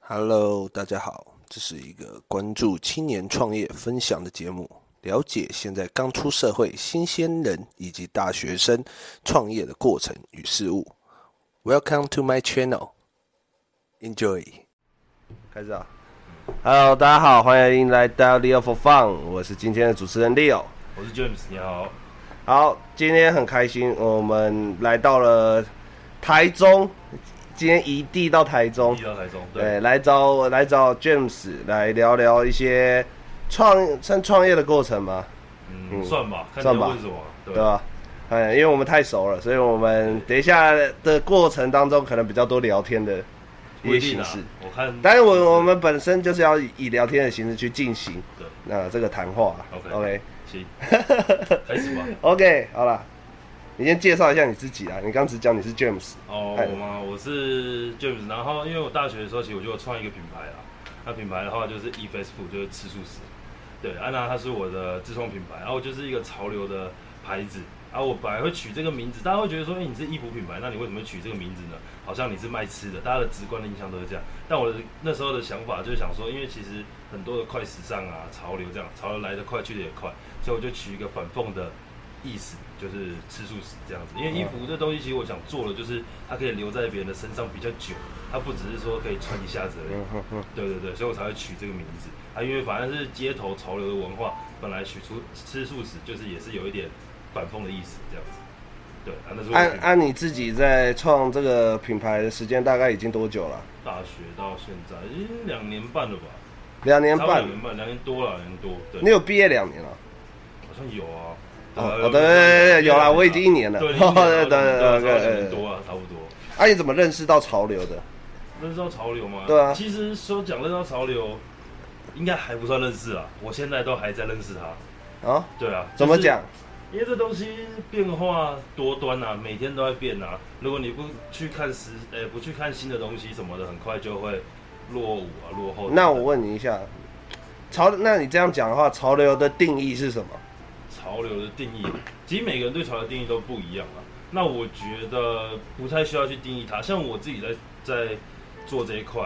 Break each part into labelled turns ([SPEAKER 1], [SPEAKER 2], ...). [SPEAKER 1] Hello，大家好，这是一个关注青年创业分享的节目，了解现在刚出社会新鲜人以及大学生创业的过程与事物。Welcome to my channel. Enjoy. 开始啊！Hello，大家好，欢迎来到 Leo for Fun，我是今天的主持人 Leo。
[SPEAKER 2] 我是 James，你好。
[SPEAKER 1] 好，今天很开心，我们来到了台中，今天移地到台中
[SPEAKER 2] 一。到台中，对，
[SPEAKER 1] 对，来找我来找 James 来聊聊一些创算创业的过程嘛，
[SPEAKER 2] 嗯，算吧，看你要
[SPEAKER 1] 算吧
[SPEAKER 2] 问什么，对
[SPEAKER 1] 对吧？哎，因为我们太熟了，所以我们等一下的过程当中可能比较多聊天的一
[SPEAKER 2] 不
[SPEAKER 1] 些
[SPEAKER 2] 一定
[SPEAKER 1] 形
[SPEAKER 2] 啊
[SPEAKER 1] 式。，
[SPEAKER 2] 我看，
[SPEAKER 1] 但是我我们本身就是要以聊天的形式去进行
[SPEAKER 2] 对，
[SPEAKER 1] 那这个谈话。啊
[SPEAKER 2] OK
[SPEAKER 1] OK
[SPEAKER 2] 行，开始吧。
[SPEAKER 1] OK，好了，你先介绍一下你自己啊。你刚只讲你是 James，
[SPEAKER 2] 哦，
[SPEAKER 1] 哎
[SPEAKER 2] 我嘛，我是 James，然后因为我大学的时候，其实我就有创一个品牌啦。那品牌的话就是 e f a s t Food，就是吃素食。对，安、娜它是我的自创品牌，然后我就是一个潮流的牌子。啊，我本来会取这个名字，大家会觉得说，哎、你是衣服品牌，那你为什么会取这个名字呢？好像你是卖吃的，大家的直观的印象都是这样。但我的那时候的想法就是想说，因为其实很多的快时尚啊、潮流这样，潮流来得快去得也快，所以我就取一个反讽的意思，就是吃素食这样子。因为衣服这东西，其实我想做的就是它可以留在别人的身上比较久，它不只是说可以穿一下子
[SPEAKER 1] 嗯
[SPEAKER 2] 而已。对对对，所以我才会取这个名字啊，因为反正是街头潮流的文化，本来取出吃素食就是也是有一点反讽的意思这样子。对啊，那是我
[SPEAKER 1] 按
[SPEAKER 2] 从
[SPEAKER 1] 按你自己在创这个品牌的时间大概已经多久了？
[SPEAKER 2] 大学到现在已经两年半了吧，
[SPEAKER 1] 两年
[SPEAKER 2] 差不多
[SPEAKER 1] 半
[SPEAKER 2] 两。年半，两年多了，两年多。对
[SPEAKER 1] 你，有毕业两年了？
[SPEAKER 2] 好像有啊。
[SPEAKER 1] 哦哦对对对有啦我已经一年了
[SPEAKER 2] 对，
[SPEAKER 1] 哦对
[SPEAKER 2] 对
[SPEAKER 1] 对对
[SPEAKER 2] 对
[SPEAKER 1] 对
[SPEAKER 2] 对，
[SPEAKER 1] 对
[SPEAKER 2] 两年多啊，差不多。
[SPEAKER 1] 啊，你怎么认识到潮流的？
[SPEAKER 2] 认识到潮流吗？
[SPEAKER 1] 对啊
[SPEAKER 2] 其实说讲认识到潮流，应该还不算认识啊，我现在都还在认识它。
[SPEAKER 1] 啊？
[SPEAKER 2] 对啊，
[SPEAKER 1] 怎么
[SPEAKER 2] 就是
[SPEAKER 1] 讲？
[SPEAKER 2] 因为这东西变化多端啊，每天都在变啊。如果你不去看时，呃、不去看新的东西什么的，很快就会落伍啊，落后。
[SPEAKER 1] 那我问你一下，潮，那你这样讲的话，潮流的定义是什么？
[SPEAKER 2] 潮流的定义，其实每个人对潮流的定义都不一样啊。那我觉得不太需要去定义它。像我自己在在做这一块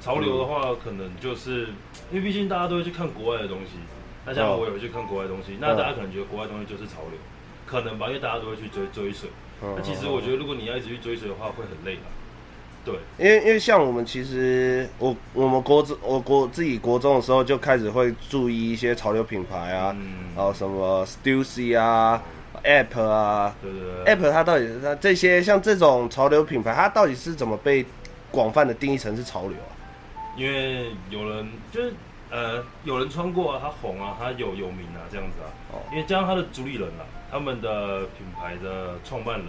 [SPEAKER 2] 潮流的话，可能就是因为毕竟大家都会去看国外的东西，那像
[SPEAKER 1] 哦
[SPEAKER 2] 我也会去看国外的东西，那大家可能觉得国外的东西就是潮流，可能吧，因为大家都会去追追随。那其实我觉得，如果你要一直去追随的话，会很累的。对，
[SPEAKER 1] 因为因为像我们其实我我们国中我国自己国中的时候就开始会注意一些潮流品牌啊，
[SPEAKER 2] 嗯，
[SPEAKER 1] 然后什么 Stussy 啊、App 啊
[SPEAKER 2] 对对对，
[SPEAKER 1] ，App 它到底是它这些像这种潮流品牌，它到底是怎么被广泛的定义成是潮流啊？
[SPEAKER 2] 因为有人就是呃，有人穿过啊，他红啊，他有有名啊，这样子啊。
[SPEAKER 1] 哦
[SPEAKER 2] 因为加上他的主理人啊，他们的品牌的创办人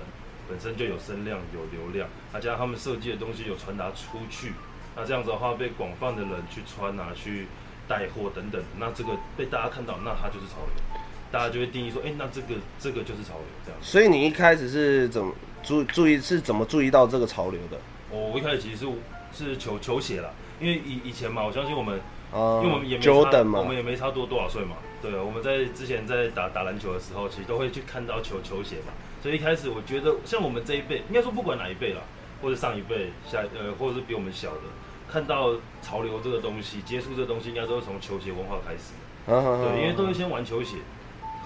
[SPEAKER 2] 本身就有声量、有流量，那加上他们设计的东西有传达出去，那这样子的话被广泛的人去穿啊、去带货等等，那这个被大家看到，那它就是潮流，大家就会定义说，哎、那这个这个就是潮流这样。
[SPEAKER 1] 所以你一开始是怎么注注意是怎么注意到这个潮流的？
[SPEAKER 2] 我我一开始其实是是球球鞋啦，因为以以前嘛，我相信我们
[SPEAKER 1] 啊
[SPEAKER 2] 因为我们也没差
[SPEAKER 1] Jordan 嘛，
[SPEAKER 2] 哦我们也没差多多少岁嘛。对，啊我们在之前在打打篮球的时候，其实都会去看到球球鞋嘛。所以一开始我觉得，像我们这一辈，应该说不管哪一辈啦，或者上一辈、下呃，或者是比我们小的，看到潮流这个东西，接触这个东西，应该都是从球鞋文化开始的。对，
[SPEAKER 1] 对
[SPEAKER 2] 因为都会先玩球鞋，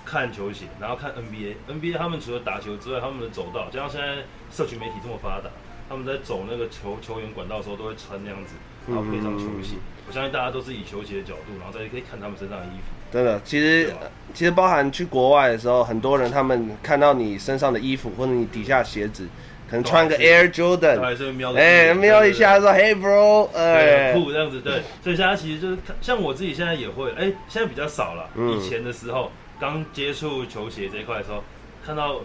[SPEAKER 2] 看球鞋，然后看 NBA，NBA 他们除了打球之外，他们的走道，加上现在社群媒体这么发达，他们在走那个球球员管道的时候，都会穿那样子，
[SPEAKER 1] 嗯
[SPEAKER 2] 然后配上球鞋。我相信大家都是以球鞋的角度，然后再可以看他们身上的衣服。
[SPEAKER 1] 真的，其实
[SPEAKER 2] 对吧
[SPEAKER 1] 其实包含去国外的时候，很多人他们看到你身上的衣服或者你底下鞋子，可能穿个
[SPEAKER 2] 都还
[SPEAKER 1] Air
[SPEAKER 2] 当
[SPEAKER 1] Jordan，
[SPEAKER 2] 然啊是瞄个
[SPEAKER 1] 哎，瞄一下
[SPEAKER 2] 对
[SPEAKER 1] 说 Hey bro，
[SPEAKER 2] 对，
[SPEAKER 1] 哎
[SPEAKER 2] 很，酷这样子，对，所以现在其实就是看像我自己现在也会，哎、现在比较少了。
[SPEAKER 1] 嗯
[SPEAKER 2] 以前的时候，刚接触球鞋这一块的时候，看到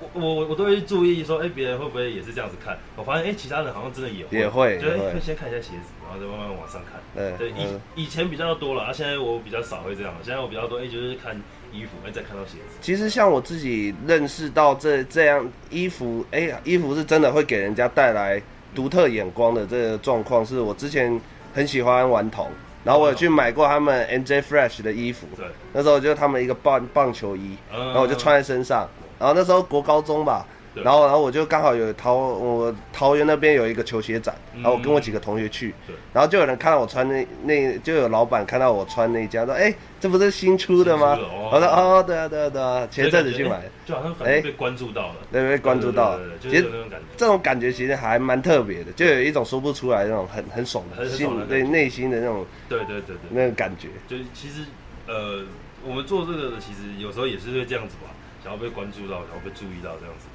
[SPEAKER 2] 我我我我都会注意说，哎、别人会不会也是这样子看？我发现，哎、其他人好像真的也会，
[SPEAKER 1] 也会
[SPEAKER 2] 就
[SPEAKER 1] 也会
[SPEAKER 2] 会先看一下鞋子，然后再慢慢往上看。
[SPEAKER 1] 对
[SPEAKER 2] 对，
[SPEAKER 1] 嗯
[SPEAKER 2] 以以前比较多了，啊，现在我比较少会这样，现在我比较多，哎、就是看衣服，哎、再看到鞋子。
[SPEAKER 1] 其实像我自己认识到这这样衣服，哎、衣服是真的会给人家带来独特眼光的这个状况，是我之前很喜欢顽童，然后我有去买过他们 NJ Fresh 的衣服，
[SPEAKER 2] 对，
[SPEAKER 1] 那时候就是他们一个棒棒球衣，
[SPEAKER 2] 嗯
[SPEAKER 1] 然后我就穿在身上，然后那时候国高中吧，
[SPEAKER 2] 对
[SPEAKER 1] 然后然后我就刚好有桃我桃园那边有一个球鞋展，
[SPEAKER 2] 嗯
[SPEAKER 1] 然后我跟我几个同学去
[SPEAKER 2] 对，
[SPEAKER 1] 然后就有人看到我穿那那就有老板看到我穿那家说，哎，这不是新出的吗
[SPEAKER 2] 新出的哦？
[SPEAKER 1] 我说哦，对啊对啊对啊，前阵子去买，
[SPEAKER 2] 就好像反正被关注到了，
[SPEAKER 1] 对被关注到了
[SPEAKER 2] 对对，对
[SPEAKER 1] 其
[SPEAKER 2] 对
[SPEAKER 1] 实
[SPEAKER 2] 就是有那种感觉。
[SPEAKER 1] 这种感觉其实还蛮特别的，就有一种说不出来那种很很爽的
[SPEAKER 2] 很很
[SPEAKER 1] 心
[SPEAKER 2] 爽的感觉
[SPEAKER 1] 对内心的那种
[SPEAKER 2] 对对对对，
[SPEAKER 1] 那种感觉。
[SPEAKER 2] 就是其实呃，我们做这个的，其实有时候也是会这样子吧，想要被关注到，想要被注意到这样子。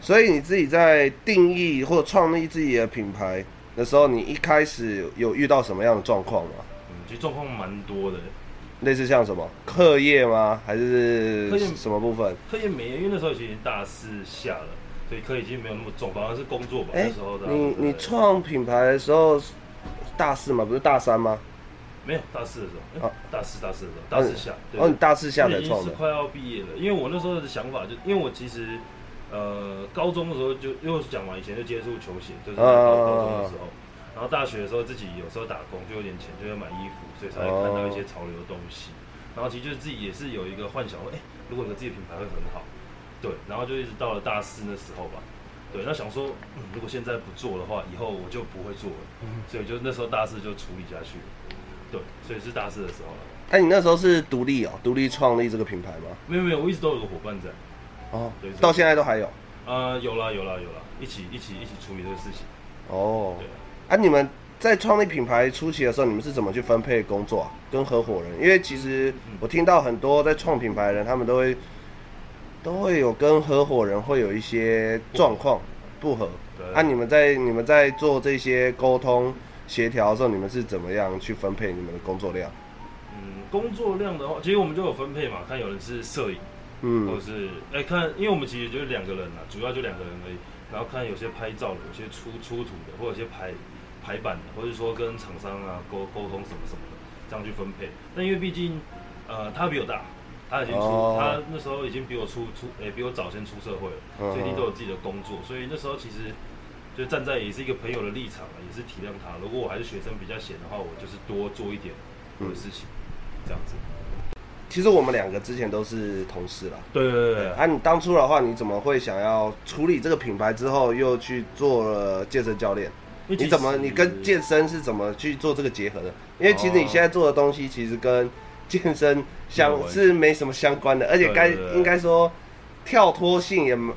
[SPEAKER 1] 所以你自己在定义或创立自己的品牌的时候，你一开始有遇到什么样的状况吗？
[SPEAKER 2] 嗯，其实状况蛮多的。
[SPEAKER 1] 类似像什么课业吗？还
[SPEAKER 2] 课
[SPEAKER 1] 是
[SPEAKER 2] 业
[SPEAKER 1] 什么部分？
[SPEAKER 2] 课业没，因为那时候已经大四下了，所以课业已经没有那么重，反而是工作吧。
[SPEAKER 1] 哎
[SPEAKER 2] 那时候的啊、
[SPEAKER 1] 你
[SPEAKER 2] 对
[SPEAKER 1] 你创品牌的时候是大四吗？不是大三吗？
[SPEAKER 2] 没有大四的时候，哎
[SPEAKER 1] 啊
[SPEAKER 2] 大四大四的时候，大四下，对
[SPEAKER 1] 哦，你大四下
[SPEAKER 2] 因为
[SPEAKER 1] 才
[SPEAKER 2] 已经
[SPEAKER 1] 创
[SPEAKER 2] 是
[SPEAKER 1] 的。
[SPEAKER 2] 快要毕业了，因为我那时候的想法就，因为我其实呃高中的时候就因为我讲嘛，以前就接触球鞋，就是
[SPEAKER 1] 啊
[SPEAKER 2] 高高中的时候，然后大学的时候自己有时候打工就有点钱，就会买衣服，所以才会看到一些潮流的东西。然后其实就是自己也是有一个幻想，说哎、如果有个自己的品牌会很好，对。然后就一直到了大四那时候吧，对，那想说、嗯如果现在不做的话，以后我就不会做了，
[SPEAKER 1] 嗯
[SPEAKER 2] 所以就那时候大四就处理下去了，对，所以是大四的时候了。
[SPEAKER 1] 哎、你那时候是独立哦，独立创立这个品牌吗？
[SPEAKER 2] 没有没有，我一直都有个伙伴在。
[SPEAKER 1] 哦
[SPEAKER 2] 对是，
[SPEAKER 1] 到现在都还有。
[SPEAKER 2] 呃，有啦有啦有啦，一起一起一起处理这个事情。
[SPEAKER 1] 哦
[SPEAKER 2] 对，
[SPEAKER 1] 啊，你们在创立品牌初期的时候，你们是怎么去分配工作啊、跟合伙人？因为其实我听到很多在创品牌的人，他们都会都会有跟合伙人会有一些状况不合。
[SPEAKER 2] 对
[SPEAKER 1] 啊，你们在你们在做这些沟通协调的时候，你们是怎么样去分配你们的工作量？
[SPEAKER 2] 嗯，工作量的话，其实我们就有分配嘛，看有人是摄影，或
[SPEAKER 1] 嗯
[SPEAKER 2] 者，是哎、看，因为我们其实就是两个人啦，主要就两个人而已。然后看有些拍照的，有些出出图的，或者有些排排版的，或者说跟厂商啊沟沟通什么什么的，这样去分配。但因为毕竟呃他比我大，他已经出、
[SPEAKER 1] 哦
[SPEAKER 2] 他那时候已经比我出出哎、比我早先出社会了，
[SPEAKER 1] 嗯
[SPEAKER 2] 所以一定都有自己的工作，所以那时候其实。就站在也是一个朋友的立场啊，也是体谅他。如果我还是学生比较闲的话，我就是多做一点我
[SPEAKER 1] 嗯
[SPEAKER 2] 的事情，这样子。
[SPEAKER 1] 其实我们两个之前都是同事啦。
[SPEAKER 2] 对对对
[SPEAKER 1] 啊，你当初的话，你怎么会想要处理这个品牌之后，又去做了健身教练？
[SPEAKER 2] 对，
[SPEAKER 1] 你怎么你跟健身是怎么去做这个结合的？因为其实你
[SPEAKER 2] 哦
[SPEAKER 1] 现在做的东西其实跟健身
[SPEAKER 2] 没有
[SPEAKER 1] 相
[SPEAKER 2] 关系
[SPEAKER 1] 是没什么相关的，而且
[SPEAKER 2] 对
[SPEAKER 1] 该
[SPEAKER 2] 对对
[SPEAKER 1] 应该说跳脱性也蛮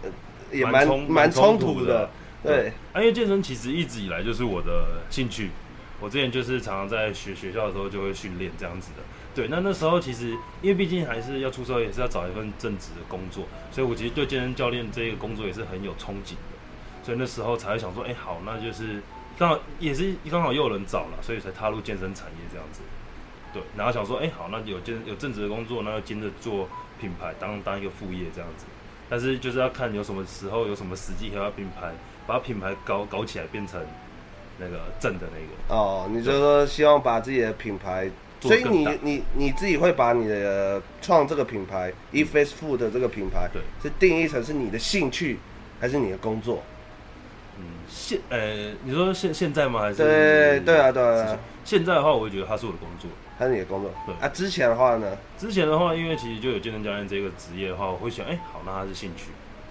[SPEAKER 1] 也
[SPEAKER 2] 蛮
[SPEAKER 1] 蛮
[SPEAKER 2] 冲
[SPEAKER 1] 蛮
[SPEAKER 2] 蛮
[SPEAKER 1] 冲
[SPEAKER 2] 冲
[SPEAKER 1] 突
[SPEAKER 2] 突
[SPEAKER 1] 的
[SPEAKER 2] 的，
[SPEAKER 1] 对，
[SPEAKER 2] 啊，因为健身其实一直以来就是我的兴趣。我之前就是常常在学学校的时候就会训练这样子的。对，那那时候其实因为毕竟还是要出社会，也是要找一份正职的工作，所以我其实对健身教练这个工作也是很有憧憬的。所以那时候才会想说，哎、好，那就是刚好也是刚好又有人找了，所以才踏入健身产业这样子。对，然后想说，哎、好，那有健有正职的工作，那就兼着做品牌，当当一个副业这样子。但是就是要看有什么时候有什么时机，还要品牌把品牌搞搞起来，变成那个正的那个。
[SPEAKER 1] 哦，你就说希望把自己的品牌，所
[SPEAKER 2] 做得
[SPEAKER 1] 以
[SPEAKER 2] 更
[SPEAKER 1] 你
[SPEAKER 2] 大
[SPEAKER 1] 你你自己会把你的创这个品牌 e f a c e Food 的这个品牌，
[SPEAKER 2] 对，
[SPEAKER 1] 是定义成是你的兴趣还是你的工作？
[SPEAKER 2] 嗯，现呃，你说现现在吗？还是
[SPEAKER 1] 对对啊对啊对啊，
[SPEAKER 2] 现在的话，我会觉得它是我的工作。
[SPEAKER 1] 还是你的工作
[SPEAKER 2] 对？
[SPEAKER 1] 啊，之前的话呢，
[SPEAKER 2] 之前的话，因为其实就有健身教练这个职业的话，我会想，哎、好，那它是兴趣，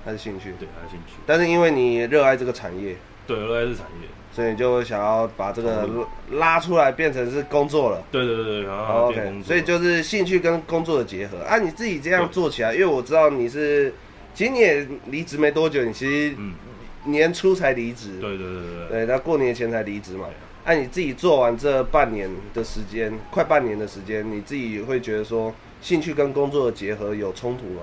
[SPEAKER 1] 还是兴趣？
[SPEAKER 2] 对，它是兴趣，
[SPEAKER 1] 但是因为你热爱这个产业，
[SPEAKER 2] 对，热爱这产业，
[SPEAKER 1] 所以你就想要把这个拉拉出来，变成是工作了。哦
[SPEAKER 2] 对对对对，然后它
[SPEAKER 1] OK，
[SPEAKER 2] 啊变工作，
[SPEAKER 1] 所以就是兴趣跟工作的结合啊。你自己这样做起来，因为我知道你是，其实你也离职没多久，你其实
[SPEAKER 2] 嗯，
[SPEAKER 1] 年初才离职，
[SPEAKER 2] 对对对对对，
[SPEAKER 1] 对，那过年前才离职嘛。那、你自己做完这半年的时间，快半年的时间，你自己会觉得说兴趣跟工作的结合有冲突吗？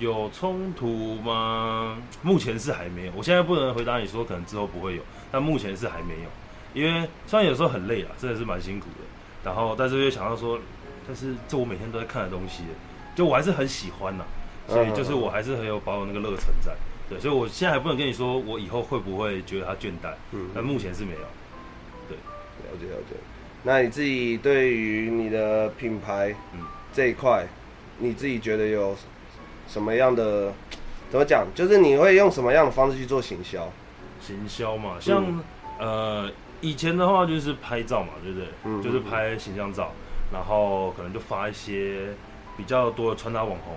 [SPEAKER 2] 有冲突吗？目前是还没有，我现在不能回答你说可能之后不会有，但目前是还没有，因为虽然有时候很累啊，真的是蛮辛苦的，然后但是又想到说，但是这我每天都在看的东西，就我还是很喜欢呐、所以就是我还是很有保有那个热忱在，对，所以我现在还不能跟你说我以后会不会觉得它倦怠，
[SPEAKER 1] 嗯
[SPEAKER 2] 但目前是没有。
[SPEAKER 1] 了解了解。那你自己对于你的品牌
[SPEAKER 2] 嗯
[SPEAKER 1] 这一块，你自己觉得有什么样的怎么讲？就是你会用什么样的方式去做行销？
[SPEAKER 2] 行销嘛，像、
[SPEAKER 1] 嗯
[SPEAKER 2] 呃以前的话就是拍照嘛，对不对？
[SPEAKER 1] 嗯
[SPEAKER 2] 就是拍形象照，然后可能就发一些比较多的穿搭网红，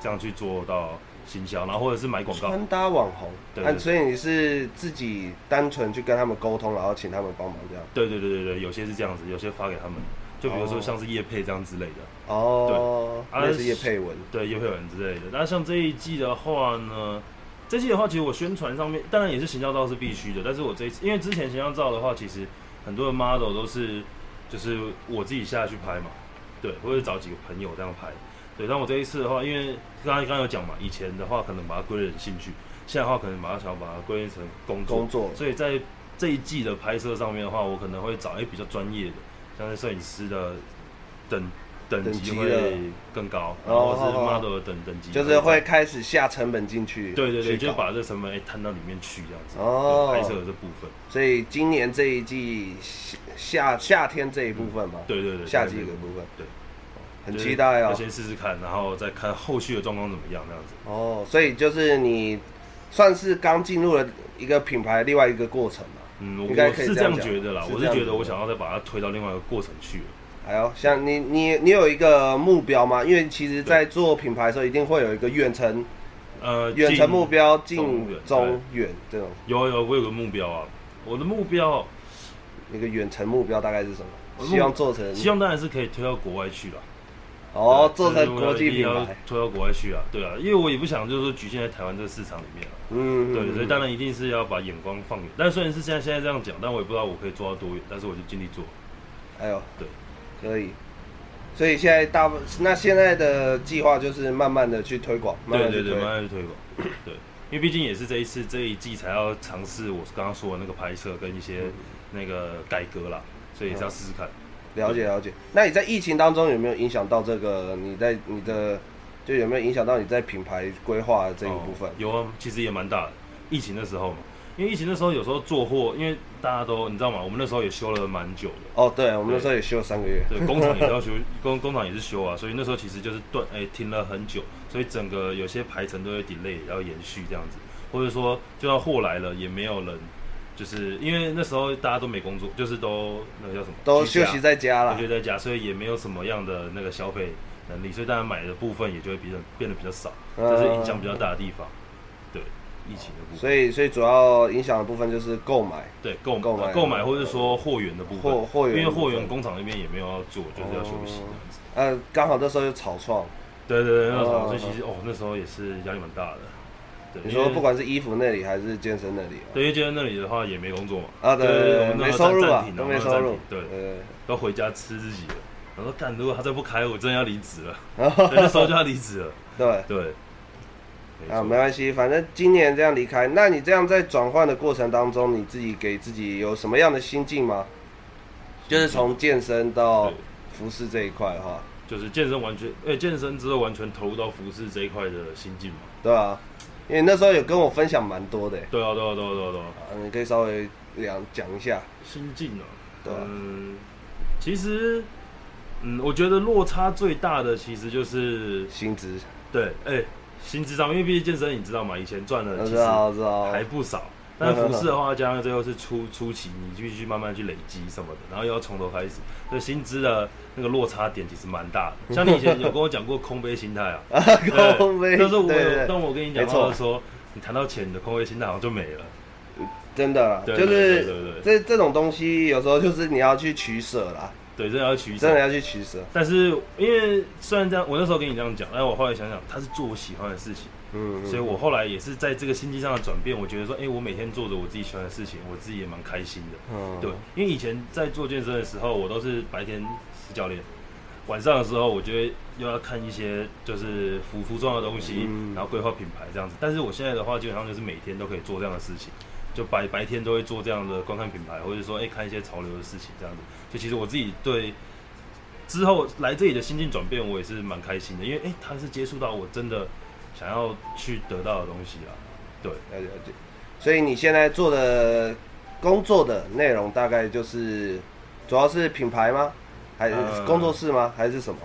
[SPEAKER 2] 这样去做到行销，然后或者是买广告。
[SPEAKER 1] 穿搭网红，
[SPEAKER 2] 对
[SPEAKER 1] 啊
[SPEAKER 2] 对
[SPEAKER 1] 所以你是自己单纯去跟他们沟通，然后请他们帮忙这样。
[SPEAKER 2] 对对对对对，有些是这样子，有些发给他们，就比如说
[SPEAKER 1] 哦
[SPEAKER 2] 像是叶配这样之类的，
[SPEAKER 1] 哦，
[SPEAKER 2] 对啊
[SPEAKER 1] 那是叶佩文，
[SPEAKER 2] 对叶配文之类的。那像这一季的话呢，这季的话，其实我宣传上面当然也是形象照是必须的，但是我这一次因为之前形象照的话，其实很多的 model 都是就是我自己下去拍嘛，对，或者找几个朋友这样拍。对，但我这一次的话，因为刚才刚刚有讲嘛，以前的话可能把它归类成兴趣，现在的话可能把它想要把它归类成工作
[SPEAKER 1] 工。作
[SPEAKER 2] 所以在这一季的拍摄上面的话，我可能会找一比较专业的，像是摄影师的等等级
[SPEAKER 1] 等级
[SPEAKER 2] 会
[SPEAKER 1] 的
[SPEAKER 2] 更高，
[SPEAKER 1] 哦
[SPEAKER 2] 然后是
[SPEAKER 1] 哦哦
[SPEAKER 2] model 的等等级
[SPEAKER 1] 就是会
[SPEAKER 2] 更高
[SPEAKER 1] 开始下成本进去，
[SPEAKER 2] 对对对，
[SPEAKER 1] 去
[SPEAKER 2] 就
[SPEAKER 1] 搞
[SPEAKER 2] 把这成本哎摊到里面去这样子。
[SPEAKER 1] 哦
[SPEAKER 2] 对拍摄的这部分，
[SPEAKER 1] 所以今年这一季夏夏天这一部分嘛，
[SPEAKER 2] 对对对，
[SPEAKER 1] 夏季
[SPEAKER 2] 对
[SPEAKER 1] 的部分，
[SPEAKER 2] 对，
[SPEAKER 1] 很期待
[SPEAKER 2] 就
[SPEAKER 1] 哦
[SPEAKER 2] 是。先试试看，然后再看后续的状况怎么样这样子。
[SPEAKER 1] 哦，所以就是你算是刚进入了一个品牌另外一个过程嘛。
[SPEAKER 2] 嗯，我
[SPEAKER 1] 应该
[SPEAKER 2] 我
[SPEAKER 1] 可以
[SPEAKER 2] 是
[SPEAKER 1] 这
[SPEAKER 2] 这
[SPEAKER 1] 样
[SPEAKER 2] 样
[SPEAKER 1] 讲
[SPEAKER 2] 觉得啦，
[SPEAKER 1] 是
[SPEAKER 2] 我
[SPEAKER 1] 这
[SPEAKER 2] 是
[SPEAKER 1] 样
[SPEAKER 2] 觉
[SPEAKER 1] 觉
[SPEAKER 2] 得
[SPEAKER 1] 得
[SPEAKER 2] 我想要再把它推到另外一个过程去了。
[SPEAKER 1] 还有像你你你有一个目标吗？因为其实，在做品牌的时候，一定会有一个远程
[SPEAKER 2] 呃，
[SPEAKER 1] 远程
[SPEAKER 2] 进
[SPEAKER 1] 目标、近
[SPEAKER 2] 中远
[SPEAKER 1] 中远这种
[SPEAKER 2] 有有，我有个目标啊，我的目标
[SPEAKER 1] 一个远程目标大概是什
[SPEAKER 2] 我
[SPEAKER 1] 么？
[SPEAKER 2] 目
[SPEAKER 1] 希望做成
[SPEAKER 2] 希望当然是可以推到国外去啦。
[SPEAKER 1] 嗯哦，
[SPEAKER 2] 对啊
[SPEAKER 1] 做
[SPEAKER 2] 就是
[SPEAKER 1] 成
[SPEAKER 2] 我
[SPEAKER 1] 国际
[SPEAKER 2] 一定
[SPEAKER 1] 品
[SPEAKER 2] 要
[SPEAKER 1] 牌，
[SPEAKER 2] 推到国外去啊，对啊，因为我也不想就是说局限在台湾这个市场里面啊，
[SPEAKER 1] 嗯，
[SPEAKER 2] 对，所
[SPEAKER 1] 嗯
[SPEAKER 2] 以当然一定是要把眼光放远。但虽然是现在现在这样讲，但我也不知道我可以做到多远，但是我就尽力做。
[SPEAKER 1] 哎呦，
[SPEAKER 2] 对，
[SPEAKER 1] 可以。所以现在大部那现在的计划就是慢慢的去推广，慢
[SPEAKER 2] 对
[SPEAKER 1] 慢地
[SPEAKER 2] 对
[SPEAKER 1] 去
[SPEAKER 2] 对，
[SPEAKER 1] 推。
[SPEAKER 2] 慢慢去推广，对，因为毕竟也是这一次这一季才要尝试我刚刚说的那个拍摄跟一
[SPEAKER 1] 嗯
[SPEAKER 2] 些那个改革啦，所以也是要试试看。
[SPEAKER 1] 哦了解了解。那你在疫情当中有没有影响到这个？你在你的就有没有影响到你在品牌规划的这一部分
[SPEAKER 2] 哦？有啊，其实也蛮大的。疫情的时候嘛，因为疫情的时候有时候做货，因为大家都你知道吗？我们那时候也休了蛮久的。
[SPEAKER 1] 哦，对，我们那时候也休三个月。
[SPEAKER 2] 对，工厂也是要休， 工工厂也是休啊，所以那时候其实就是断，哎、停了很久，所以整个有些排程都会 delay，然后延续这样子，或者说就算货来了也没有人，就是因为那时候大家都没工作，就是都那个叫什么，
[SPEAKER 1] 都休
[SPEAKER 2] 居家
[SPEAKER 1] 息在家啦
[SPEAKER 2] 就。在家，所以也没有什么样的那个消费能力，所以大家买的部分也就会比较变得比较少，这是影响比较大的地方。对，疫情的部
[SPEAKER 1] 嗯
[SPEAKER 2] 分，
[SPEAKER 1] 所以所以主要影响的部分就是购买
[SPEAKER 2] 对购
[SPEAKER 1] 购买
[SPEAKER 2] 买购买或者说货源的部
[SPEAKER 1] 货
[SPEAKER 2] 分，
[SPEAKER 1] 货源
[SPEAKER 2] 因
[SPEAKER 1] 的
[SPEAKER 2] 为
[SPEAKER 1] 部分，
[SPEAKER 2] 货源工厂那边也没有要做，就是要休息这样子。
[SPEAKER 1] 呃，刚好那时候有草创，
[SPEAKER 2] 对对对，那时
[SPEAKER 1] 哦
[SPEAKER 2] 候所以其实哦，那时候也是压力蛮大的。对，
[SPEAKER 1] 你
[SPEAKER 2] 因
[SPEAKER 1] 说
[SPEAKER 2] 为
[SPEAKER 1] 不管是衣服那里还是健身那里啊，
[SPEAKER 2] 对，因为今天那里的话也没工作嘛，
[SPEAKER 1] 啊对对
[SPEAKER 2] 我
[SPEAKER 1] 对，
[SPEAKER 2] 们那
[SPEAKER 1] 没
[SPEAKER 2] 时候
[SPEAKER 1] 收入
[SPEAKER 2] 暂
[SPEAKER 1] 啊
[SPEAKER 2] 停，
[SPEAKER 1] 都
[SPEAKER 2] 我
[SPEAKER 1] 没
[SPEAKER 2] 们
[SPEAKER 1] 收入
[SPEAKER 2] 暂，停对，
[SPEAKER 1] 呃，
[SPEAKER 2] 都回家吃自己的。我说干，如果他再不开，我真的要离职了。
[SPEAKER 1] 然
[SPEAKER 2] 对
[SPEAKER 1] 后
[SPEAKER 2] 那时候就要离职了。
[SPEAKER 1] 对。
[SPEAKER 2] 对，没
[SPEAKER 1] 啊，
[SPEAKER 2] 错
[SPEAKER 1] 没关系，反正今年这样离开，那你这样在转换的过程当中，你自己给自己有什么样的心境吗？就是从健身到
[SPEAKER 2] 对
[SPEAKER 1] 服饰这一块哈，
[SPEAKER 2] 就是健身完全，哎、健身之后完全投入到服饰这一块的心境嘛。
[SPEAKER 1] 对啊，因为那时候有跟我分享蛮多的，
[SPEAKER 2] 对啊，对啊，对啊，对啊，对啊，
[SPEAKER 1] 啊，你可以稍微讲讲一下，
[SPEAKER 2] 心境啊，
[SPEAKER 1] 对啊
[SPEAKER 2] 嗯，其实，嗯，我觉得落差最大的其实就是
[SPEAKER 1] 薪资，
[SPEAKER 2] 对，哎、薪资上，因为毕竟健身你知道嘛，以前赚的
[SPEAKER 1] 我
[SPEAKER 2] 其
[SPEAKER 1] 知
[SPEAKER 2] 实
[SPEAKER 1] 道我知道，
[SPEAKER 2] 还不少。但服饰的话，加上最后是初初期，你必须慢慢去累积什么的，然后又要从头开始，所以薪资的那个落差点其实蛮大 的。像你以前有跟我讲过空杯心态啊，对
[SPEAKER 1] 空杯，
[SPEAKER 2] 但是我
[SPEAKER 1] 对
[SPEAKER 2] 有
[SPEAKER 1] 对对
[SPEAKER 2] 但我跟你讲
[SPEAKER 1] 没
[SPEAKER 2] 话
[SPEAKER 1] 错
[SPEAKER 2] 的时候，你谈到钱，你的空杯心态好像就没了。
[SPEAKER 1] 真的啦，
[SPEAKER 2] 对
[SPEAKER 1] 就
[SPEAKER 2] 对对对
[SPEAKER 1] 是
[SPEAKER 2] 对
[SPEAKER 1] 这这种东西有时候就是你要去取舍啦，
[SPEAKER 2] 对，这要取
[SPEAKER 1] 真
[SPEAKER 2] 舍
[SPEAKER 1] 的。要去取舍，
[SPEAKER 2] 但是因为虽然这样，我那时候跟你这样讲，哎但我后来想想，他是做我喜欢的事情，
[SPEAKER 1] 嗯，嗯
[SPEAKER 2] 所以我后来也是在这个心境上的转变，我觉得说，哎、我每天做着我自己喜欢的事情，我自己也蛮开心的。
[SPEAKER 1] 嗯
[SPEAKER 2] 对，因为以前在做健身的时候，我都是白天是教练，晚上的时候我就会又要看一些就是服服装的东西，
[SPEAKER 1] 嗯
[SPEAKER 2] 然后规划品牌这样子。但是我现在的话，基本上就是每天都可以做这样的事情，就白白天都会做这样的观看品牌，或者说哎、看一些潮流的事情这样子。就其实我自己对之后来这里的心境转变，我也是蛮开心的，因为哎、他是接触到我真的想要去得到的东西啊。
[SPEAKER 1] 了解了解。所以你现在做的工作的内容大概就是，主要是品牌吗？还是
[SPEAKER 2] 呃
[SPEAKER 1] 工作室吗？还是什么？